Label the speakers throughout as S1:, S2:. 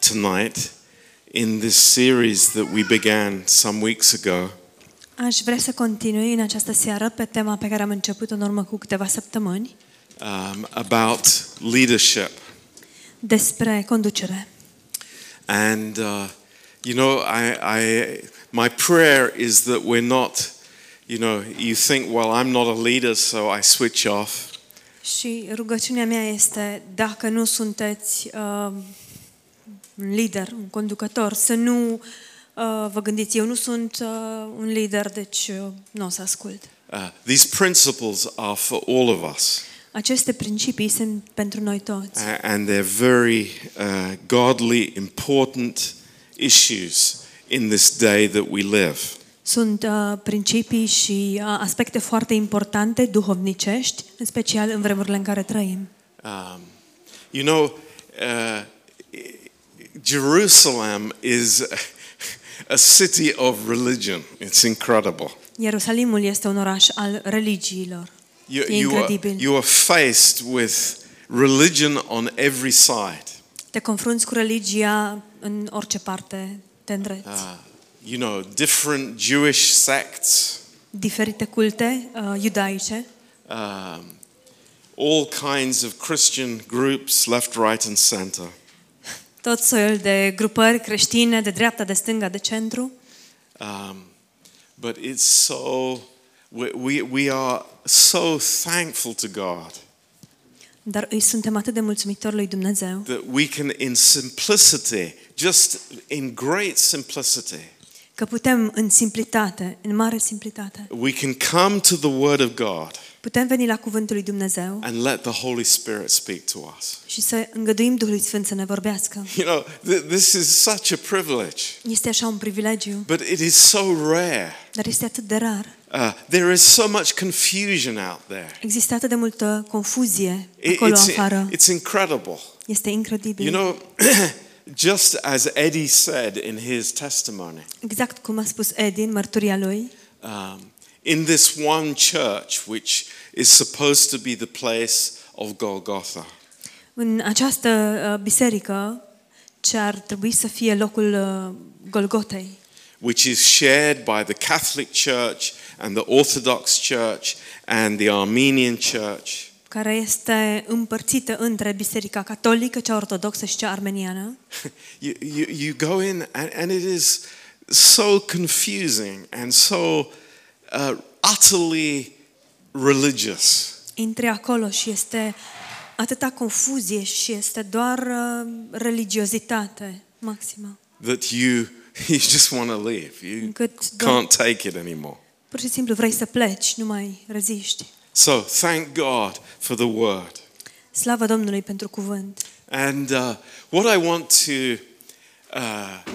S1: tonight in this series that we began some weeks ago
S2: Aș vrea să continui în această seară pe tema pe care am început-o în urmă cu câteva săptămâni
S1: um, about leadership.
S2: despre conducere.
S1: And, uh, you know, I, I, my prayer is that we're not, you know, you think, well, I'm not a leader, so I switch off.
S2: Și rugăciunea mea este, dacă nu sunteți uh, un lider, un conducător, să nu uh, vă gândiți, eu nu sunt uh, un lider, deci uh, nu o să ascult.
S1: Uh, these principles are for all of us,
S2: Aceste principii sunt pentru noi toți
S1: a- and they're very uh, godly, important issues in this day that we live.
S2: Sunt uh, principii și uh, aspecte foarte importante duhovnicești, în special în vremurile în care trăim.
S1: Um, you know, uh, Jerusalem is a city of religion. It's incredible.
S2: Ierusalimul este un oraș al religiilor.
S1: You,
S2: E
S1: you, are,
S2: incredibil.
S1: you are faced with religion on every side.
S2: Te confrunți cu religia în orice parte te îndreți.
S1: Uh, you know, different Jewish sects,
S2: Diferite culte uh, iudaice,
S1: um, all kinds of Christian groups, left, right, and center.
S2: tot soiul de grupări creștine, de dreapta, de stânga, de centru,
S1: Um, but it's so, we, we, we are so thankful to God.
S2: dar îi suntem atât de mulțumitori lui Dumnezeu
S1: that we can, in simplicity, just in great simplicity,
S2: că putem în simplitate, în mare simplitate,
S1: we can come to the Word of God
S2: putem veni la cuvântul lui Dumnezeu
S1: and let the Holy Spirit speak to us.
S2: și să îngăduim Duhului Sfânt să ne vorbească.
S1: You know, th- this is such a privilege,
S2: Este așa un privilegiu,
S1: but it is so rare.
S2: dar este atât de rar.
S1: Uh, there is so much confusion out there.
S2: Există atât de multă confuzie
S1: It-
S2: acolo
S1: it's,
S2: afară.
S1: it's incredible.
S2: Este incredibil.
S1: You know, just as Eddie said in his testimony,
S2: Exact cum a spus Edi în mărturia lui,
S1: um, in this one church, which is supposed to be the place of Golgotha.
S2: în această uh, biserică ce ar trebui să fie locul uh, Golgotei,
S1: which is shared by the Catholic Church and the Orthodox Church and the Armenian Church,
S2: care este împărțită între biserica catolică, cea ortodoxă și cea armeniană,
S1: you, you, you go in and, and it is so confusing and so uh, utterly religious.
S2: intri acolo și este atâta confuzie și este doar uh, religiozitate maximă,
S1: That you, you just want to leave. You
S2: încât doar,
S1: can't take it anymore.
S2: pur și simplu vrei să pleci, nu mai reziști.
S1: So thank God for the word.
S2: Slavă Domnului pentru cuvânt!
S1: And uh, what I want to, uh,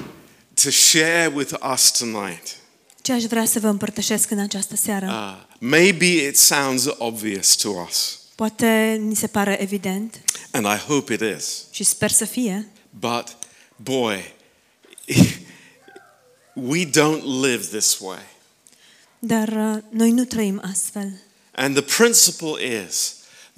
S1: to share with us tonight
S2: Ce aș vrea să vă împărtășesc în această seară?
S1: Uh, maybe it sounds obvious to us,
S2: Poate ni se pare evident
S1: and I hope it is,
S2: și sper să fie,
S1: but boy, we don't live this way.
S2: dar uh, noi nu trăim astfel.
S1: And the principle is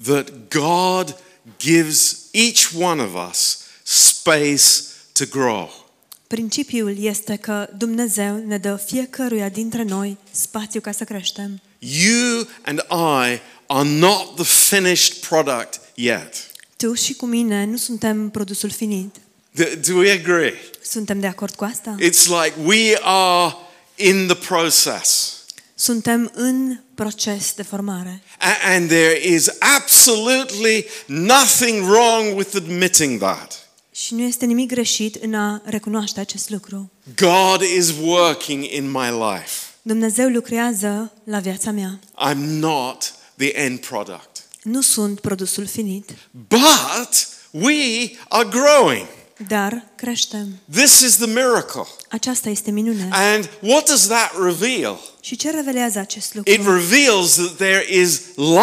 S1: that God gives each one of us space to grow.
S2: Principiul este că Dumnezeu ne dă fiecăruia dintre noi spațiu ca să creștem.
S1: You and I are not the finished product yet.
S2: Tu și cu mine nu suntem produsul finit.
S1: Do- do we agree?
S2: Suntem de acord cu asta?
S1: It's like we are in the process.
S2: Suntem în proces de formare
S1: A- And there is absolutely nothing wrong with admitting that.
S2: și nu este nimic greșit în a recunoaște acest lucru.
S1: God is working in my life.
S2: Dumnezeu lucrează la viața mea.
S1: I'm not the end product.
S2: Nu sunt produsul finit,
S1: But we are growing.
S2: dar creștem.
S1: This is the miracle.
S2: Aceasta este minunea.
S1: And what does that reveal?
S2: Și ce revelează acest lucru?
S1: It reveals that there is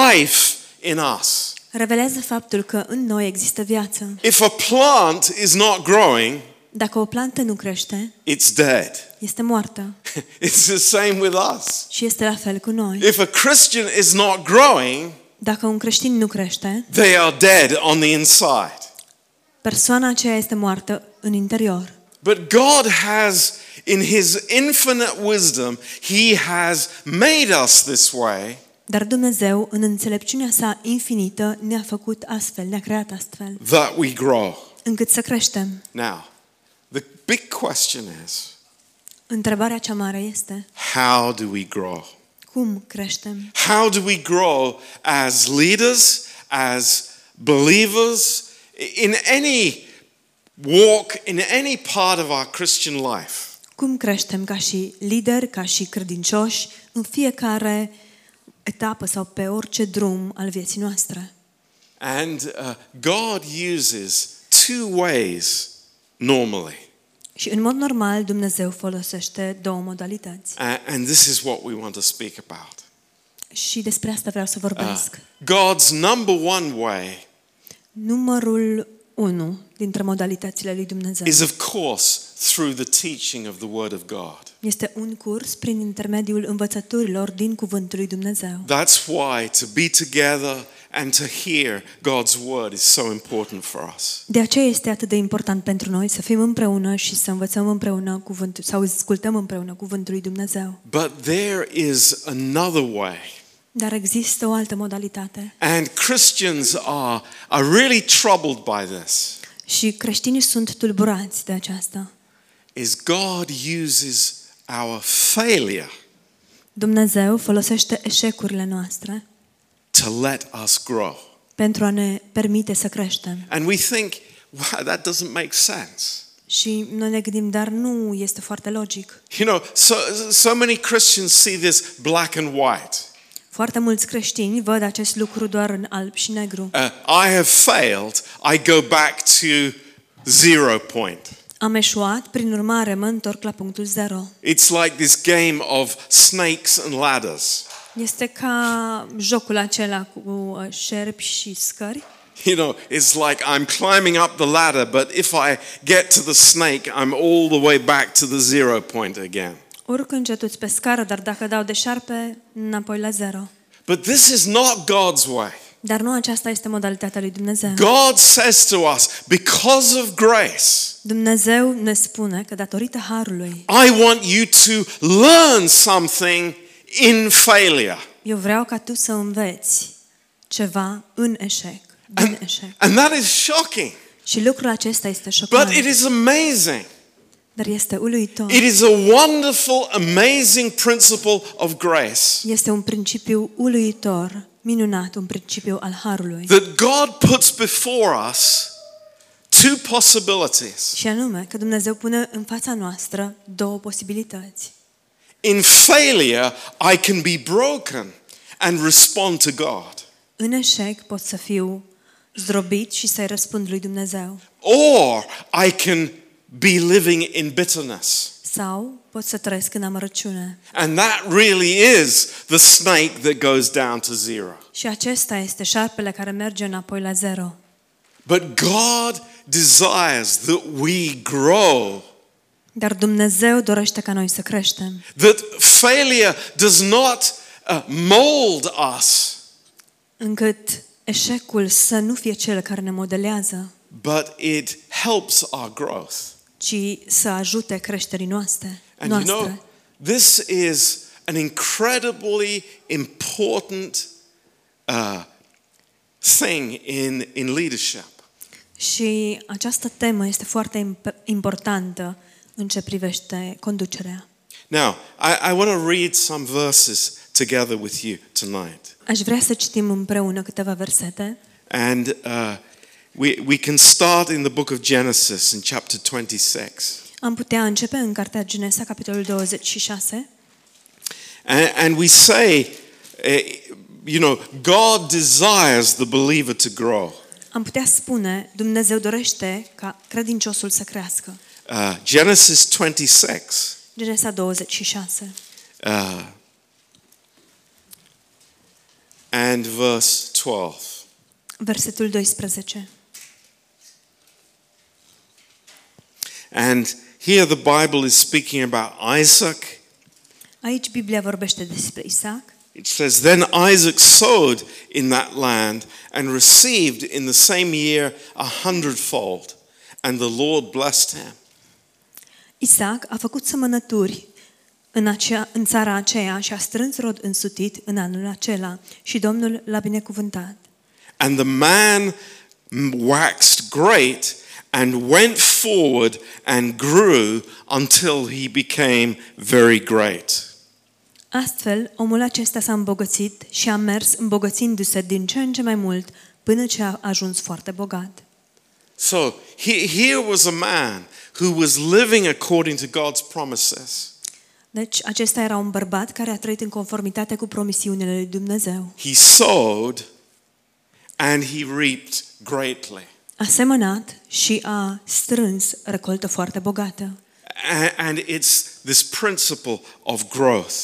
S1: life in us.
S2: Revelează faptul că în noi există viață.
S1: If a plant is not growing,
S2: Dacă o plantă nu crește,
S1: it's dead.
S2: este moartă.
S1: It's the same with us.
S2: Și este la fel cu noi.
S1: If a Christian is not growing,
S2: Dacă un creștin nu crește,
S1: They are dead on the inside.
S2: Persoana aceea este moartă în interior.
S1: But God has, in His infinite wisdom, He has made us this way
S2: Dar Dumnezeu, în înțelepciunea sa infinită, ne-a făcut astfel, ne-a creat astfel,
S1: that we grow.
S2: încât să creștem.
S1: Now, the big question is
S2: Întrebarea cea mare este,
S1: how do we grow?
S2: cum creștem?
S1: How do we grow as leaders, as believers, in any walk, in any part of our Christian life?
S2: Cum creștem ca și lideri, ca și credincioși, în fiecare etapă sau pe orice drum al vieții noastre?
S1: And uh, God uses two ways normally.
S2: Și în mod normal, Dumnezeu folosește două modalități.
S1: A- Uh, and this is what we want to speak about.
S2: Și despre asta vreau să
S1: Uh,
S2: vorbesc.
S1: God's number one way
S2: Numărul 1 dintre modalitățile lui Dumnezeu
S1: is, of course, through the teaching of the Word of God.
S2: este un curs prin intermediul învățăturilor din Cuvântul lui Dumnezeu.
S1: That's why to be together and to hear God's Word is so important for us.
S2: De aceea este atât de important pentru noi să fim împreună și să învățăm împreună cuvântul sau ascultăm împreună cuvântul lui Dumnezeu.
S1: But there is another way.
S2: Dar există o altă modalitate
S1: And Christians are, are really troubled by this.
S2: și creștinii sunt tulburați de aceasta.
S1: Is God uses our failure
S2: Dumnezeu folosește eșecurile noastre
S1: to let us grow.
S2: pentru a ne permite să creștem.
S1: And we think, wow, that doesn't make sense.
S2: Și noi ne gândim, dar nu este foarte logic.
S1: You know, so, so many Christians see this black and white.
S2: Foarte mulți creștini văd acest lucru doar în alb și negru.
S1: Uh, I have failed. I go back to zero point.
S2: Am eșuat, prin urmare mă întorc la punctul zero.
S1: It's like this game of snakes and ladders.
S2: Este ca jocul acela cu uh, șerpi și scări.
S1: You know, it's like I'm climbing up the ladder, but if I get to the snake, I'm all the way back to the zero point again.
S2: Urc încetuți pe scară, dar dacă dau de șarpe, înapoi la zero.
S1: But this is not God's way.
S2: Dar nu aceasta este modalitatea lui Dumnezeu.
S1: God says to us, because of grace,
S2: Dumnezeu ne spune că datorită harului,
S1: I want you to learn something in failure.
S2: eu vreau ca tu să înveți ceva în eșec, din eșec.
S1: And that is shocking,
S2: Și lucrul acesta este
S1: but
S2: șocant,
S1: it is amazing.
S2: dar este uluitor.
S1: It is a wonderful, amazing principle of grace
S2: Este un principiu uluitor, minunat, un principiu al harului.
S1: that God puts before us two possibilities.
S2: Și anume că Dumnezeu pune în fața noastră două posibilități.
S1: In failure, I can be broken and respond to God.
S2: În eșec pot să fiu zdrobit și să-i răspund lui Dumnezeu.
S1: Or I can be living in bitterness.
S2: Sau pot să trăiesc în amărăciune.
S1: And that really is the snake that goes down to zero.
S2: Și acesta este șarpele care merge înapoi la zero.
S1: But God desires that we grow,
S2: Dar Dumnezeu dorește ca noi să creștem.
S1: that failure does not uh, mold us,
S2: Încât eșecul să nu fie cel care ne modelează,
S1: but it helps our growth.
S2: ci să ajute creșterii noastre.
S1: And you
S2: noastre.
S1: know, this is an incredibly important uh, thing in, in leadership.
S2: Și această temă este foarte imp- importantă în ce privește conducerea.
S1: Now, I, I want to read some verses together with you tonight.
S2: Aș vrea să citim împreună câteva versete
S1: And uh, we, we can start in the book of Genesis in chapter 26.
S2: Am putea începe în cartea Genesa, capitolul 26,
S1: And, and we say, uh, you know, God desires the believer to grow.
S2: am putea spune, Dumnezeu dorește ca credinciosul să crească.
S1: Uh, Genesis 26.
S2: Genesa 26
S1: Uh, and verse 12.
S2: versetul 12.
S1: And here the Bible is speaking about Isaac,
S2: Aici Biblia vorbește despre Isaac,
S1: It says, Then Isaac sowed in that land and received in the same year a hundredfold, and the Lord blessed him.
S2: Isaac a făcut semănături în, acea, în țara aceea și a strâns rod însutit în anul acela și Domnul l-a binecuvântat.
S1: And the man waxed great and went forward and grew until he became very great.
S2: Astfel, omul acesta s-a îmbogățit și a mers îmbogățindu-se din ce în ce mai mult până ce a ajuns foarte bogat.
S1: So he, here was a man who was living according to God's promises.
S2: Deci, acesta era un bărbat care a trăit în conformitate cu promisiunile lui Dumnezeu.
S1: He sowed and he reaped greatly.
S2: A semănat și a strâns recoltă foarte bogată.
S1: A- And it's this principle of growth.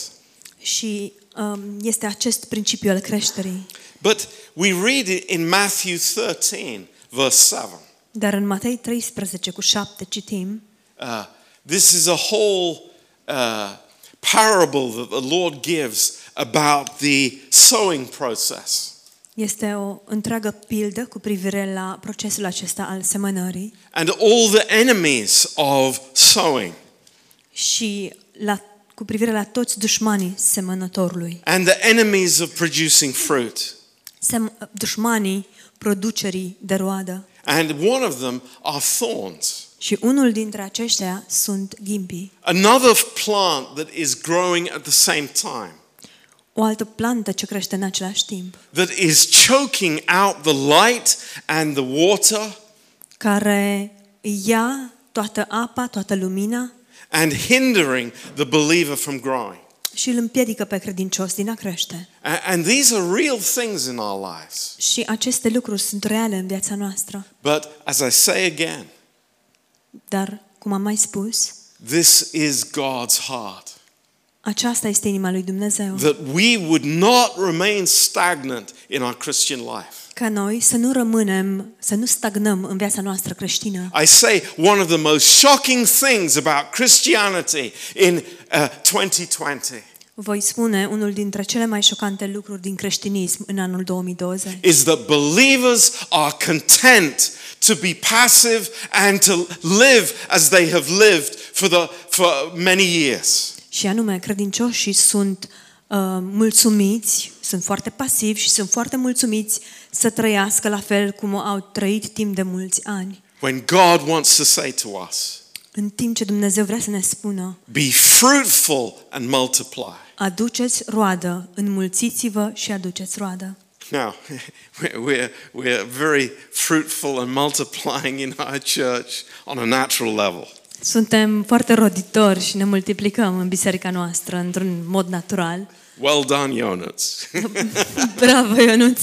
S2: Și um, este acest principiu al creșterii.
S1: But we read it in Matthew 13, verse 7.
S2: Dar în Matei 13 cu 7 citim,
S1: Uh, this is a whole uh, parable that the Lord gives about the sowing process.
S2: este o întreagă pildă cu privire la procesul acesta al semănării
S1: And all the enemies of sowing,
S2: și la, cu privire la toți dușmanii semănătorului,
S1: and the enemies of producing fruit.
S2: sem- dușmanii producerii de roadă.
S1: And one of them are thorns,
S2: Și unul dintre aceștia sunt ghimpii.
S1: another plant that is growing at the same time,
S2: O altă plantă ce crește în același timp,
S1: that is choking out the light and the water
S2: care ia toată apa, toată lumina
S1: and hindering the believer from growing.
S2: și îl împiedică pe credincios din a crește.
S1: A- And these are real things in our lives.
S2: Și aceste lucruri sunt reale în viața noastră.
S1: But as I say again,
S2: Dar, cum am mai spus,
S1: this is God's heart
S2: aceasta este inima lui Dumnezeu.
S1: that we would not remain stagnant in our Christian life.
S2: Ca noi să nu rămânem, să nu stagnăm în viața noastră creștină.
S1: I say one of the most shocking things about Christianity in uh, 2020
S2: Voi spune unul dintre cele mai șocante lucruri din creștinism în anul 2020.
S1: is that believers are content to be passive and to live as they have lived for, the, for many years.
S2: Și anume, credincioșii sunt uh, mulțumiți, sunt foarte pasivi și sunt foarte mulțumiți să trăiască la fel cum au trăit timp de mulți ani.
S1: when God wants to say to us,
S2: În timp ce Dumnezeu vrea să ne spună,
S1: be fruitful and multiply.
S2: aduceți roadă, înmulțiți-vă și aduceți roadă.
S1: Now, we're- we're, we're very fruitful and multiplying in our church on a natural level.
S2: Suntem foarte roditori și ne multiplicăm în biserica noastră într-un mod natural.
S1: Well done, Jonas.
S2: Bravo, Ionuț!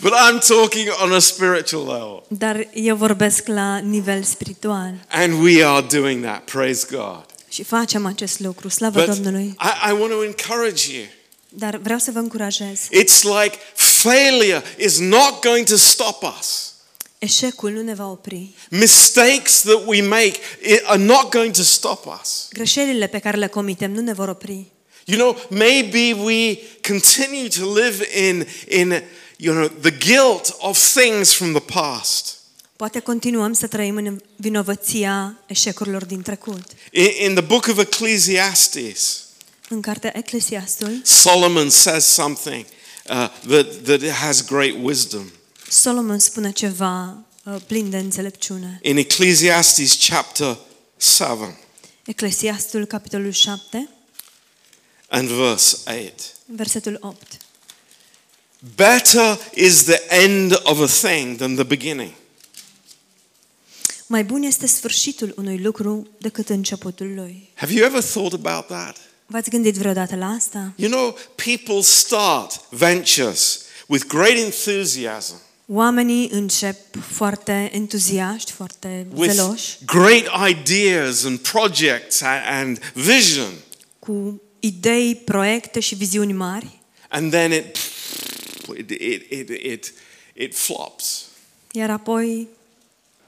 S1: but I'm talking on a spiritual level.
S2: Dar eu vorbesc la nivel spiritual
S1: And we are doing that, praise God.
S2: și facem acest lucru, slavă
S1: But
S2: Domnului.
S1: I, I want to encourage you.
S2: Dar vreau să vă încurajez.
S1: It's like failure is not going to stop us.
S2: Eșecul nu ne va opri.
S1: Mistakes that we make i- are not going to stop us.
S2: Greșelile pe care le comitem nu ne vor opri.
S1: You know, maybe we continue to live in, in you know, the guilt of things from the past.
S2: Poate continuăm să trăim în vinovăția eșecurilor din trecut.
S1: In, in the book of Ecclesiastes,
S2: În cartea Eclesiastul,
S1: Solomon says something uh, that, that has great wisdom.
S2: Solomon spune ceva uh, plin de înțelepciune.
S1: In Ecclesiastes chapter 7
S2: Eclesiastul, capitolul 7,
S1: and verse 8.
S2: versetul 8.
S1: Better is the end of a thing than the beginning.
S2: Mai bun este sfârșitul unui lucru decât începutul lui.
S1: Have you ever thought about that?
S2: V-ați gândit vreodată la asta?
S1: You know, people start ventures with great enthusiasm.
S2: Oamenii încep foarte entuziaști, foarte zeloși,
S1: with great ideas and projects a- and vision,
S2: cu idei, proiecte și viziuni mari,
S1: and then it it it it it, it flops.
S2: iar apoi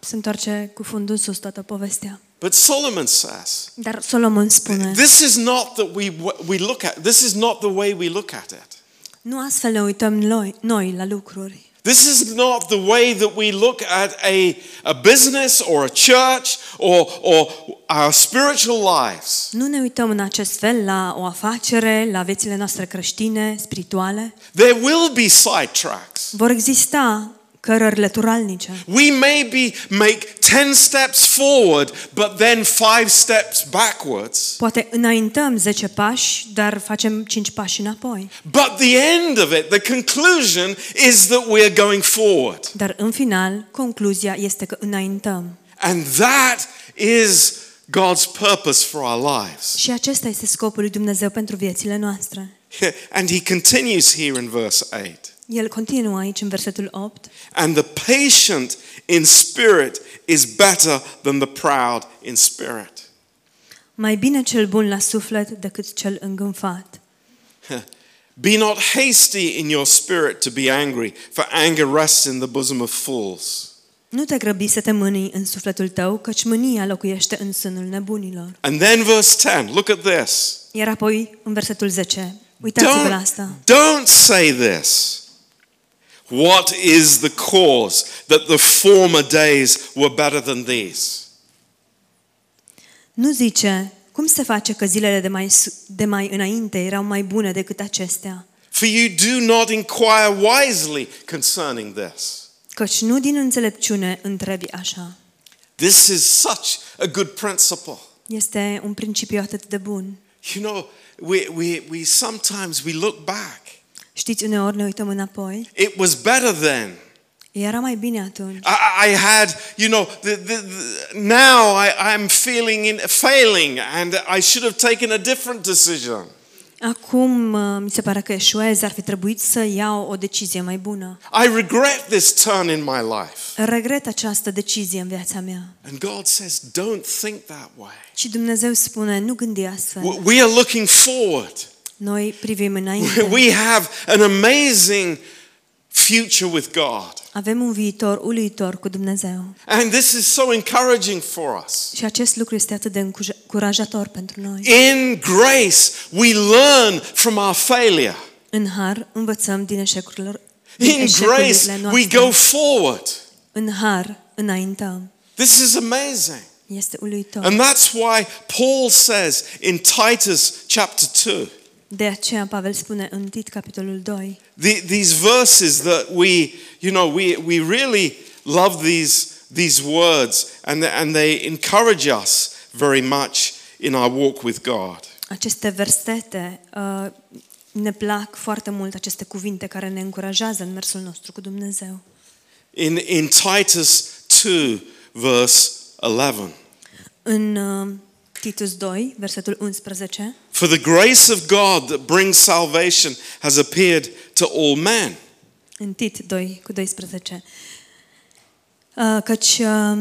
S2: se întoarce cu fundul în sus toată povestea.
S1: But Solomon says,
S2: Dar Solomon spune,
S1: this is not that we, we look at, this is not the way we look at it.
S2: nu astfel ne uităm noi, noi la lucruri.
S1: This is not the way that we look at a, a business or a church or, or our spiritual lives.
S2: Nu ne uităm în acest fel la o afacere, la viețile noastre creștine, spirituale.
S1: There will be sidetracks.
S2: Vor exista cărări lăturalnice.
S1: We maybe make 10 steps forward, but then five steps backwards.
S2: Poate înaintăm 10 pași, dar facem 5 pași înapoi.
S1: But the end of it, the conclusion, is that we're going forward.
S2: Dar în final, concluzia este că înaintăm.
S1: And that is God's purpose for our lives.
S2: Și acesta este scopul lui Dumnezeu pentru viețile noastre.
S1: And he continues here in verse 8.
S2: El continuă aici în versetul 8.
S1: And the patient in spirit is better than the proud in spirit.
S2: Mai bine cel bun la suflet decât cel îngânfat.
S1: Be not hasty in your spirit to be angry, for anger rests in the bosom of fools.
S2: Nu te grăbi să te mânii în sufletul tău, căci mânia locuiește în sânul nebunilor.
S1: And then verse 10, look at this.
S2: Iar apoi, în versetul 10, uitați-vă la asta.
S1: Don't, don't say this. What is the cause that the former days were better than these?
S2: Nu zice, cum se face că zilele de mai, su- de mai înainte erau mai bune decât acestea?
S1: For you do not inquire wisely concerning this.
S2: Căci nu din înțelepciune întrebi așa.
S1: This is such a good principle.
S2: Este un principiu atât de bun.
S1: You know, we, we, we sometimes we look back.
S2: Știți, uneori ne uităm înapoi.
S1: It was better then.
S2: Era mai bine atunci.
S1: I, I had, you know, the, the, the, now I, I'm feeling in, failing and I should have taken a different decision.
S2: Acum uh, mi se pare că eșuez, ar fi trebuit să iau o decizie mai bună.
S1: I regret this turn in my life.
S2: Regret această decizie în viața mea.
S1: And God says, don't think that way.
S2: Și Dumnezeu spune, nu gândi astfel.
S1: W- We are looking forward.
S2: Noi privim înainte.
S1: We have an amazing future with God.
S2: Avem un viitor uluitor cu Dumnezeu.
S1: And this is so encouraging for us.
S2: Și acest lucru este atât de încurajator pentru noi.
S1: In grace, we learn from our failure.
S2: În har învățăm din eșecurile, din
S1: In grace,
S2: eșecurile
S1: we go
S2: noastre.
S1: forward.
S2: În har înaintăm.
S1: This is amazing.
S2: Este uluitor.
S1: And that's why Paul says in Titus chapter 2,
S2: De aceea Pavel spune în Tit capitolul 2,
S1: the, these verses that we, you know, we, we really love these, these words and, and they encourage us very much in our walk with God.
S2: aceste versete uh, ne plac foarte mult aceste cuvinte care ne încurajează în mersul nostru cu Dumnezeu.
S1: In, in Titus 2, verse 11.
S2: În uh, Titus 2, versetul 11,
S1: For the grace of God that brings salvation has appeared to all men.
S2: în Tit 2 cu 12, uh, căci uh,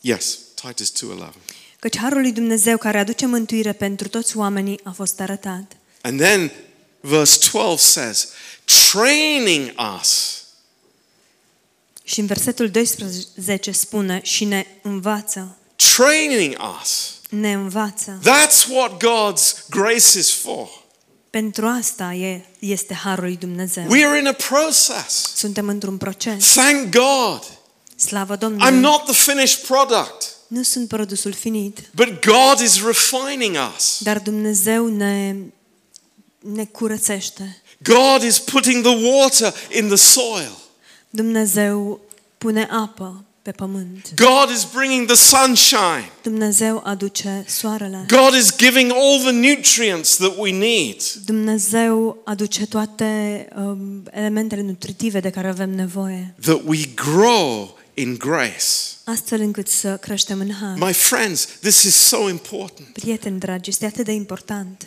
S1: Yes, Titus 2:11.
S2: Căci harul lui Dumnezeu care aduce mântuire pentru toți oamenii a fost arătat.
S1: And then verse 12 says, training us.
S2: Și în versetul 12 spune și ne învață,
S1: Training us.
S2: ne învață.
S1: That's what God's grace is for.
S2: Pentru asta e, este harul lui Dumnezeu.
S1: We're in a process.
S2: Suntem într-un proces.
S1: Thank God.
S2: Slavă
S1: I'm
S2: Domnului!
S1: not the finished product,
S2: Nu sunt produsul finit,
S1: but God is refining us.
S2: dar Dumnezeu ne, ne curățește.
S1: God is putting the water in the soil.
S2: Dumnezeu pune apă pe pământ.
S1: God is bringing the sunshine.
S2: Dumnezeu aduce soarele.
S1: God is giving all the nutrients that we need.
S2: Dumnezeu aduce toate um, elementele nutritive de care avem nevoie,
S1: That we grow in grace.
S2: astfel încât să creștem în har.
S1: My friends, this is so important.
S2: Prieteni dragi, este atât de important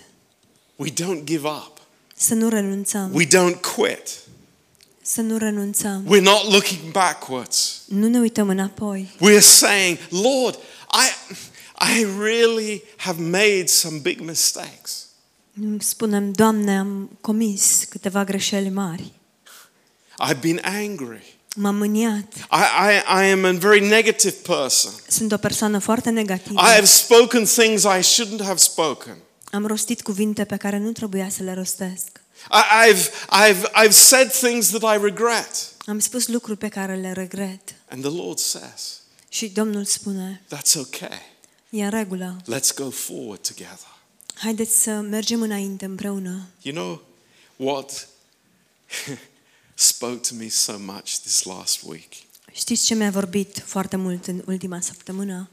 S1: We don't give up.
S2: să nu renunțăm,
S1: We don't quit.
S2: să nu renunțăm.
S1: We're not looking backwards.
S2: Nu ne uităm înapoi.
S1: We're saying, Lord, I, I really have made some big mistakes.
S2: spunem, Doamne, am comis câteva greșeli mari.
S1: I've been angry.
S2: M-am mâniat.
S1: I, I, I am a very negative person.
S2: Sunt o persoană foarte negativă.
S1: I have spoken things I shouldn't have spoken.
S2: Am rostit cuvinte pe care nu trebuia să le rostesc.
S1: I, I've, I've, I've said things that I regret.
S2: Am spus lucruri pe care le regret.
S1: And the Lord says,
S2: Și Domnul spune,
S1: That's okay.
S2: e în regulă,
S1: Let's go forward together.
S2: haideți să mergem înainte împreună.
S1: You know what spoke to me so much this last week?
S2: Știți ce mi-a vorbit foarte mult în ultima săptămână?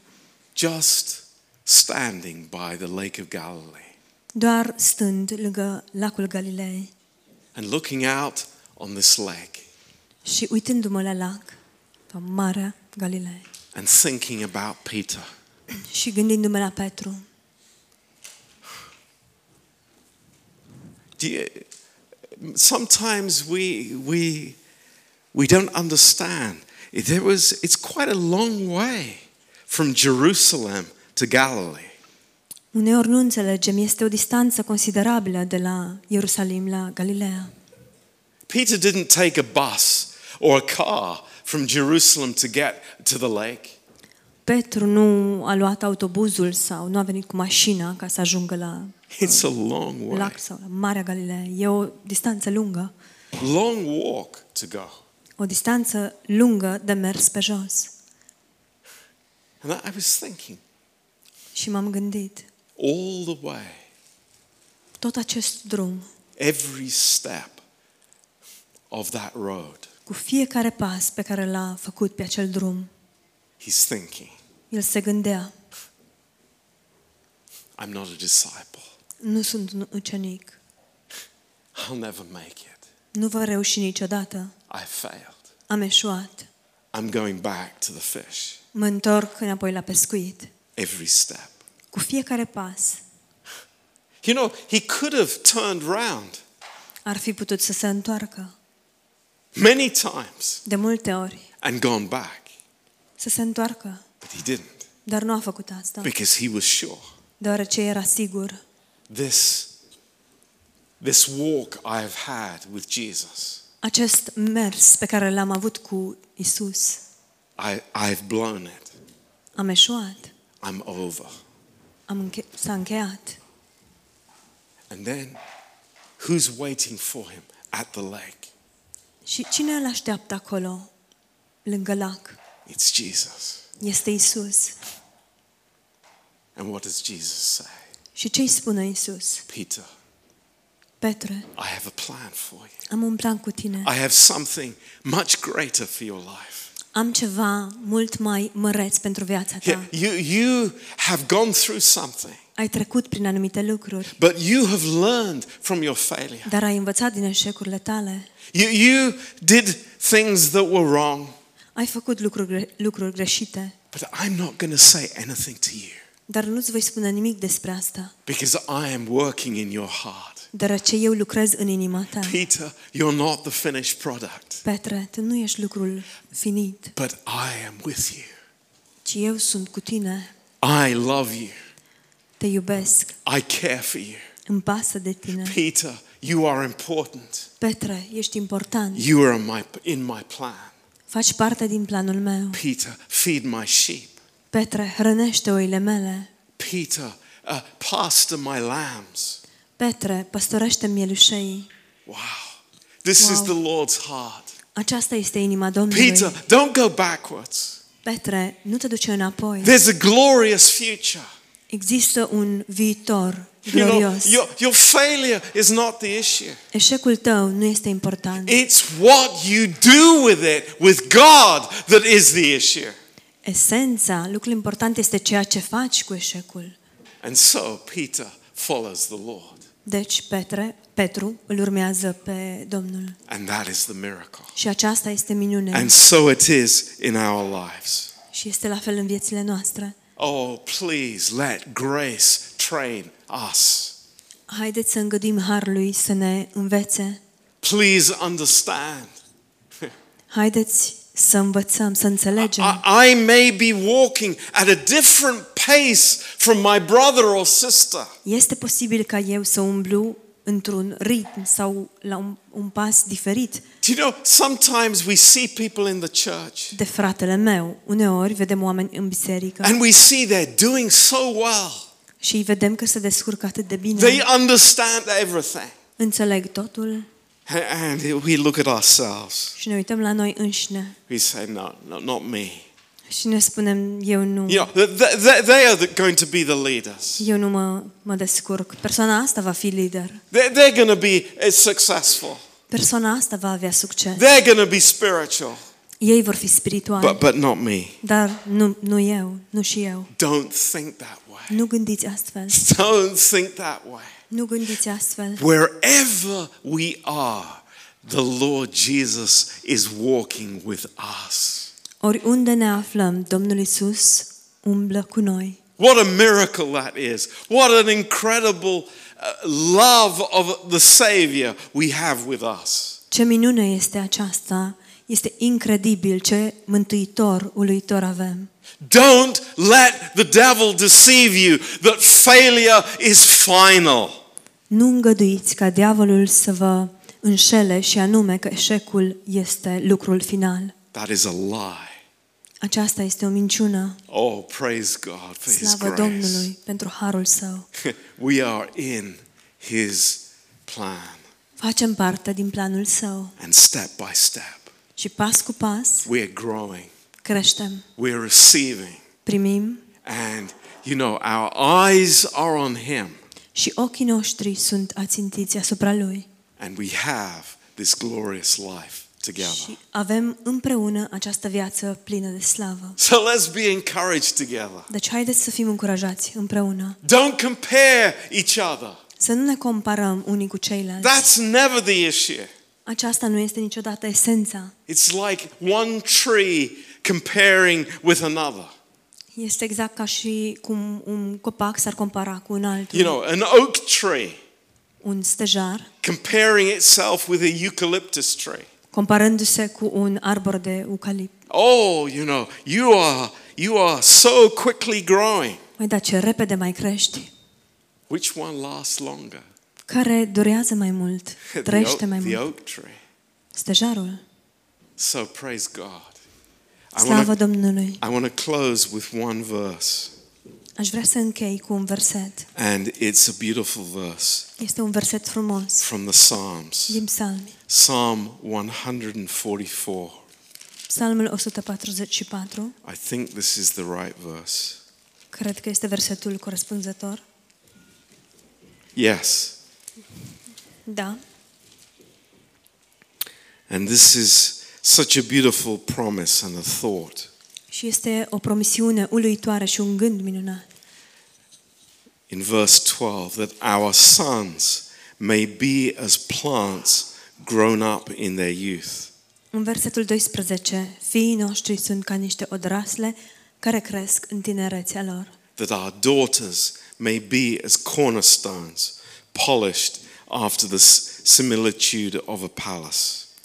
S1: Just standing by the Lake of Galilee
S2: Doar stând lângă lacul Galilei
S1: and looking out on this lake
S2: și uitându-mă la lac, la Marea Galilei,
S1: and thinking about Peter.
S2: și gândindu-mă la Petru.
S1: Do you, sometimes we, we, we don't understand. There was, it's quite a long way from Jerusalem to Galilee.
S2: Uneori nu înțelegem, este o distanță considerabilă de la Ierusalim la Galileea.
S1: Peter didn't take a bus or a car from Jerusalem to get to the lake.
S2: Petru nu a luat autobuzul sau nu a venit cu mașina ca să ajungă la
S1: It's a long way,
S2: lac sau la Marea Galilei. E o distanță lungă,
S1: long walk to go.
S2: o distanță lungă de mers pe jos.
S1: And I was thinking,
S2: Și m-am gândit,
S1: all the way,
S2: tot acest drum,
S1: every step of that road,
S2: cu fiecare pas pe care l-a făcut pe acel drum,
S1: he's thinking,
S2: el se gândea,
S1: I'm not a disciple.
S2: nu sunt un ucenic,
S1: I'll never make it.
S2: nu vă reuși niciodată,
S1: I failed.
S2: am eșuat,
S1: I'm going back to the fish
S2: mă întorc înapoi la pescuit.
S1: every step.
S2: Cu fiecare pas
S1: You know, he could have turned round
S2: ar fi putut să se întoarcă
S1: many times
S2: de multe ori,
S1: and gone back,
S2: să se întoarcă,
S1: but he didn't
S2: dar nu a făcut asta,
S1: because he was sure
S2: deoarece era sigur.
S1: this, this walk I have had with Jesus,
S2: Acest mers pe care l-am avut cu Isus,
S1: I, I've blown it.
S2: am eșuat,
S1: I'm over.
S2: am înche- s-a încheiat.
S1: And then who's waiting for him at the lake?
S2: Și cine îl așteaptă acolo, lângă lac?
S1: It's Jesus.
S2: Este Isus.
S1: And what does Jesus say?
S2: Și ce îi spune Isus?
S1: Peter,
S2: Petre,
S1: I have a plan for you.
S2: am un plan cu tine.
S1: I have something much greater for your life.
S2: Am ceva mult mai măreț pentru viața
S1: Yeah,
S2: ta.
S1: You, you have gone through something,
S2: Ai trecut prin anumite lucruri,
S1: but you have learned from your failure.
S2: dar ai învățat din eșecurile tale.
S1: You, you did things that were wrong,
S2: Ai făcut lucruri, gre- lucruri greșite,
S1: but I'm not going to say anything to you
S2: dar nu-ți voi spune nimic despre asta,
S1: because I am working in your heart.
S2: deoarece eu lucrez în inima ta.
S1: Peter, you're not the finished product,
S2: Petre, tu nu ești lucrul finit,
S1: but I am with you.
S2: ci eu sunt cu tine,
S1: I love you.
S2: te iubesc,
S1: I care for you.
S2: îmi pasă de tine.
S1: Peter, you are important.
S2: Petre, ești important,
S1: You are in my, in my plan.
S2: faci parte din planul meu.
S1: Peter, feed my sheep.
S2: Petre, hrănește oile mele.
S1: Peter, uh, pastor my lambs.
S2: Petre, păstorește mielușei.
S1: Wow. This is
S2: Wow.
S1: the Lord's heart.
S2: Aceasta este inima Domnului.
S1: Peter, don't go backwards.
S2: Petre, nu te duce înapoi.
S1: There's a glorious future.
S2: Există un viitor
S1: You know,
S2: glorios.
S1: your, your failure is not the issue.
S2: Eșecul tău nu este important.
S1: It's what you do with it, with God, that is the issue.
S2: Esența, lucrul important este ceea ce faci cu eșecul.
S1: And so Peter follows the Lord.
S2: Deci Petre, Petru îl urmează pe Domnul.
S1: And that is the miracle.
S2: Și aceasta este minunea
S1: And so it is in our lives.
S2: și este la fel în viețile noastre.
S1: Oh, please let grace train us.
S2: Haideți să îngăduim harului să ne învețe.
S1: Please understand.
S2: Haideți să învățăm, să înțelegem.
S1: I, I may be walking at a different pace from my brother or sister.
S2: Este posibil ca eu să umblu într-un ritm sau la un, un pas diferit
S1: Do you know, sometimes we see people in the church
S2: de fratele meu. Uneori vedem oameni în biserică
S1: and we see they're doing so well.
S2: și îi vedem că se descurcă atât de bine.
S1: They understand everything.
S2: Înțeleg totul
S1: And we look at ourselves.
S2: și ne uităm la noi înșine
S1: We say, no, no not me.
S2: și ne spunem eu nu.
S1: You know, th- th- th- they are the- going to be the leaders.
S2: Eu nu mă, mă descurc. Persona asta va fi lider.
S1: They're, they're going to be uh, successful.
S2: Persona asta va avea succes.
S1: They're going to be spiritual.
S2: Ei vor fi spirituali,
S1: But, but not me.
S2: dar nu, nu eu, nu și eu.
S1: Don't think that way.
S2: Nu gândiți astfel.
S1: Don't think that way.
S2: Nu gândiți astfel.
S1: Wherever we are, the Lord Jesus is walking with us.
S2: Oriunde ne aflăm, Domnul Isus umblă cu noi.
S1: What a miracle that is. What an incredible uh, love of the Savior we have with us.
S2: Ce minune este aceasta! Este incredibil ce mântuitor, uluitor avem.
S1: Don't let the devil deceive you that failure is final.
S2: Nu îngăduiți ca diavolul să vă înșele și anume că eșecul este lucrul final.
S1: That is a lie.
S2: Aceasta este o minciună.
S1: Oh, praise God for His
S2: Slavă
S1: grace.
S2: Domnului pentru harul său.
S1: we are in His plan,
S2: Facem parte din planul său
S1: and step by step,
S2: și pas cu pas
S1: we're growing,
S2: creștem,
S1: we're receiving,
S2: primim
S1: and you know, our eyes are on Him,
S2: și ochii noștri sunt ațintiți asupra lui.
S1: and we have this glorious life together.
S2: Și avem împreună această viață plină de slavă.
S1: So let's be encouraged together.
S2: Deci haideți să fim încurajați împreună.
S1: Don't compare each other.
S2: Să nu ne comparăm unii cu ceilalți.
S1: That's never the issue.
S2: Aceasta nu este niciodată esența.
S1: It's like one tree comparing with another.
S2: Este exact ca și cum un copac s-ar compara cu un altul.
S1: You know, an oak tree
S2: Un stejar,
S1: comparing itself with a eucalyptus tree.
S2: comparându-se cu un arbor de eucalipt.
S1: Oh, you know, you are you are so quickly growing.
S2: Mai da ce repede mai crești.
S1: Which one lasts longer?
S2: Care durează mai mult,
S1: The, oak,
S2: trăiește mai
S1: the
S2: mult.
S1: oak tree.
S2: Stejarul.
S1: So praise God. I
S2: Slavă
S1: want to
S2: Domnului.
S1: I want to close with one verse,
S2: Aș vrea să închei cu un verset.
S1: and it's a beautiful verse
S2: Este un verset frumos
S1: from the Psalms,
S2: din Psalmi.
S1: Psalm 144.
S2: Psalmul 144,
S1: I think this is the right verse.
S2: cred că este versetul corespunzător.
S1: Yes.
S2: Da.
S1: And this is such a beautiful promise and a thought.
S2: Și este o promisiune uluitoare și un gând minunat.
S1: in verse 12 that our sons may be as plants grown up in their youth.
S2: În versetul 12, fiii noștri sunt ca niște odrasle care cresc în tinerețea lor,
S1: That our daughters may be as cornerstones, polished after the s- similitude of a palace.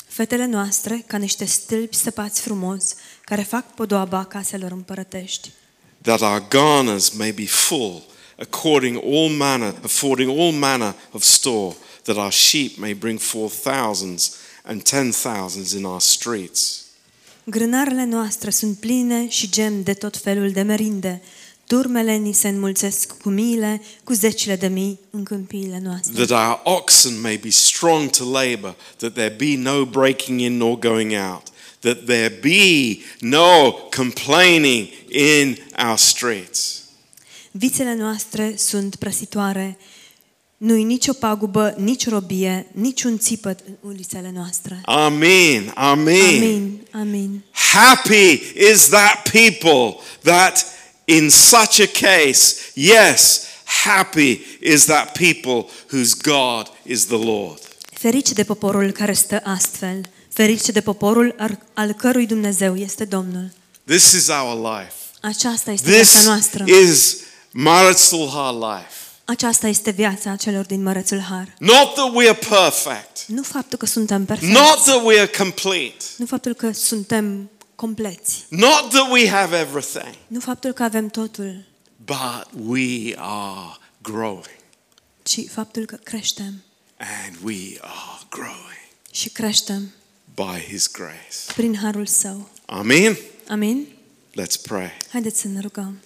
S2: fetele noastre ca niște stâlpi săpați frumos, care fac podoaba caselor împărătești,
S1: That our garners may be full, according all manner, affording all manner of store. That our sheep may bring forth thousands and ten thousands in our streets.
S2: Grânarele noastre sunt pline și gem de tot felul de merinde. Turmele ni se înmulțesc cu miile, cu zecile de mii în câmpiile noastre.
S1: that our oxen may be strong to labor, that there be no breaking in nor going out, that there be no complaining in our streets.
S2: Vițele noastre sunt prăsitoare. Nu-i nicio pagubă, nici robie, niciun țipăt în ulițele noastre.
S1: Amen, amen.
S2: Amin, amin.
S1: Happy is that people that, in such a case, yes, happy is that people whose God is the Lord.
S2: Ferice de poporul care stă astfel. Ferice de poporul ar- al cărui Dumnezeu este Domnul.
S1: This is our life.
S2: Aceasta este viața
S1: This
S2: noastră.
S1: is Maritzulha life.
S2: Aceasta este viața celor din Mărețul Har.
S1: Not that we are perfect.
S2: Nu faptul că suntem perfecți.
S1: Not that we are complete.
S2: Nu faptul că suntem compleți,
S1: Not that we have everything.
S2: nu faptul că avem totul,
S1: but we are growing
S2: ci faptul că creștem
S1: and we are growing
S2: și creștem
S1: by His grace.
S2: prin harul său.
S1: Amen.
S2: Amin?
S1: Let's pray.
S2: Haideți să ne rugăm.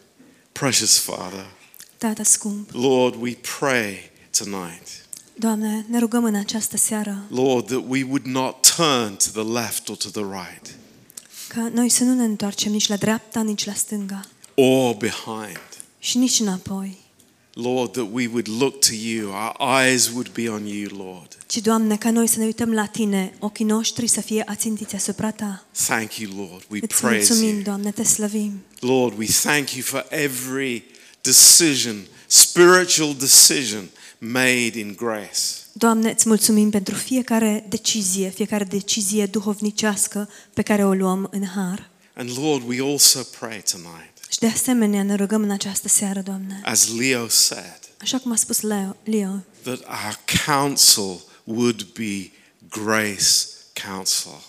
S1: Precious Father,
S2: Tată scump,
S1: Lord, we pray tonight,
S2: Doamne, ne rugăm în această seară
S1: Lord, that we would not turn to the left or to the right
S2: ca noi să nu ne întoarcem nici la dreapta, nici la stânga
S1: or behind.
S2: și nici înapoi,
S1: Lord, that we would look to you, our eyes would be on you, Lord.
S2: ci, Doamne, ca noi să ne uităm la Tine, ochii noștri să fie ațintiți asupra Ta.
S1: Thank you, Lord. We
S2: Îți
S1: praise
S2: mulțumim,
S1: you.
S2: Doamne, Te slăvim.
S1: Lord, we thank you for every decision, spiritual decision made in grace.
S2: Doamne, îți mulțumim pentru fiecare decizie, fiecare decizie duhovnicească pe care o luăm în har.
S1: And Lord, we also pray tonight,
S2: Și de asemenea ne rugăm în această seară, Doamne,
S1: as Leo said,
S2: așa cum a spus Leo, Leo
S1: that our counsel would be grace counsel.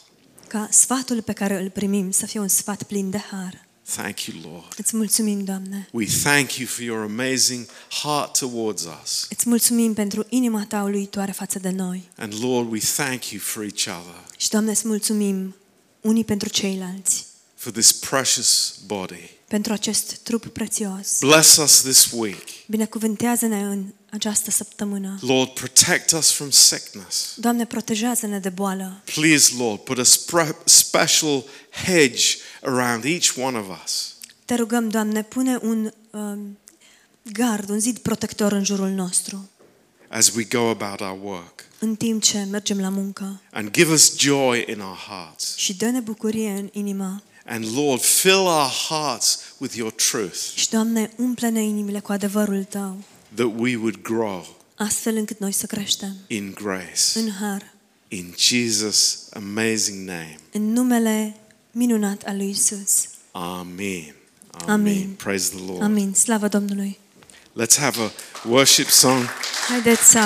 S2: ca sfatul pe care îl primim să fie un sfat plin de har.
S1: Thank you, Lord.
S2: Îți mulțumim, Doamne.
S1: We thank you for your amazing heart towards us.
S2: Îți mulțumim pentru inima Ta uluitoare față de noi.
S1: And Lord, we thank you for each other,
S2: Și, Doamne, îți mulțumim unii pentru ceilalți,
S1: for this precious body.
S2: pentru acest trup prețios.
S1: Bless us this week.
S2: Binecuvântează-ne în această săptămână.
S1: Lord, protect us from sickness.
S2: Doamne, protejează-ne de boală.
S1: Please, Lord, put a spre- special hedge around each one of us.
S2: Te rugăm, Doamne, pune un um, gard, un zid protector în jurul nostru,
S1: as we go about our work
S2: în timp ce mergem la muncă.
S1: and give us joy in our hearts.
S2: Și dă-ne bucurie în inimă.
S1: And Lord, fill our hearts with your truth
S2: Și, Doamne, umple-ne inimile cu adevărul Tău,
S1: that we would grow
S2: astfel încât noi să creștem
S1: in grace.
S2: în har,
S1: In Jesus' amazing name.
S2: în numele minunat al lui Isus.
S1: Amen. Amen.
S2: Amen.
S1: Praise the Lord.
S2: Amin. Slavă Domnului!
S1: Let's have a worship song.
S2: Haideți să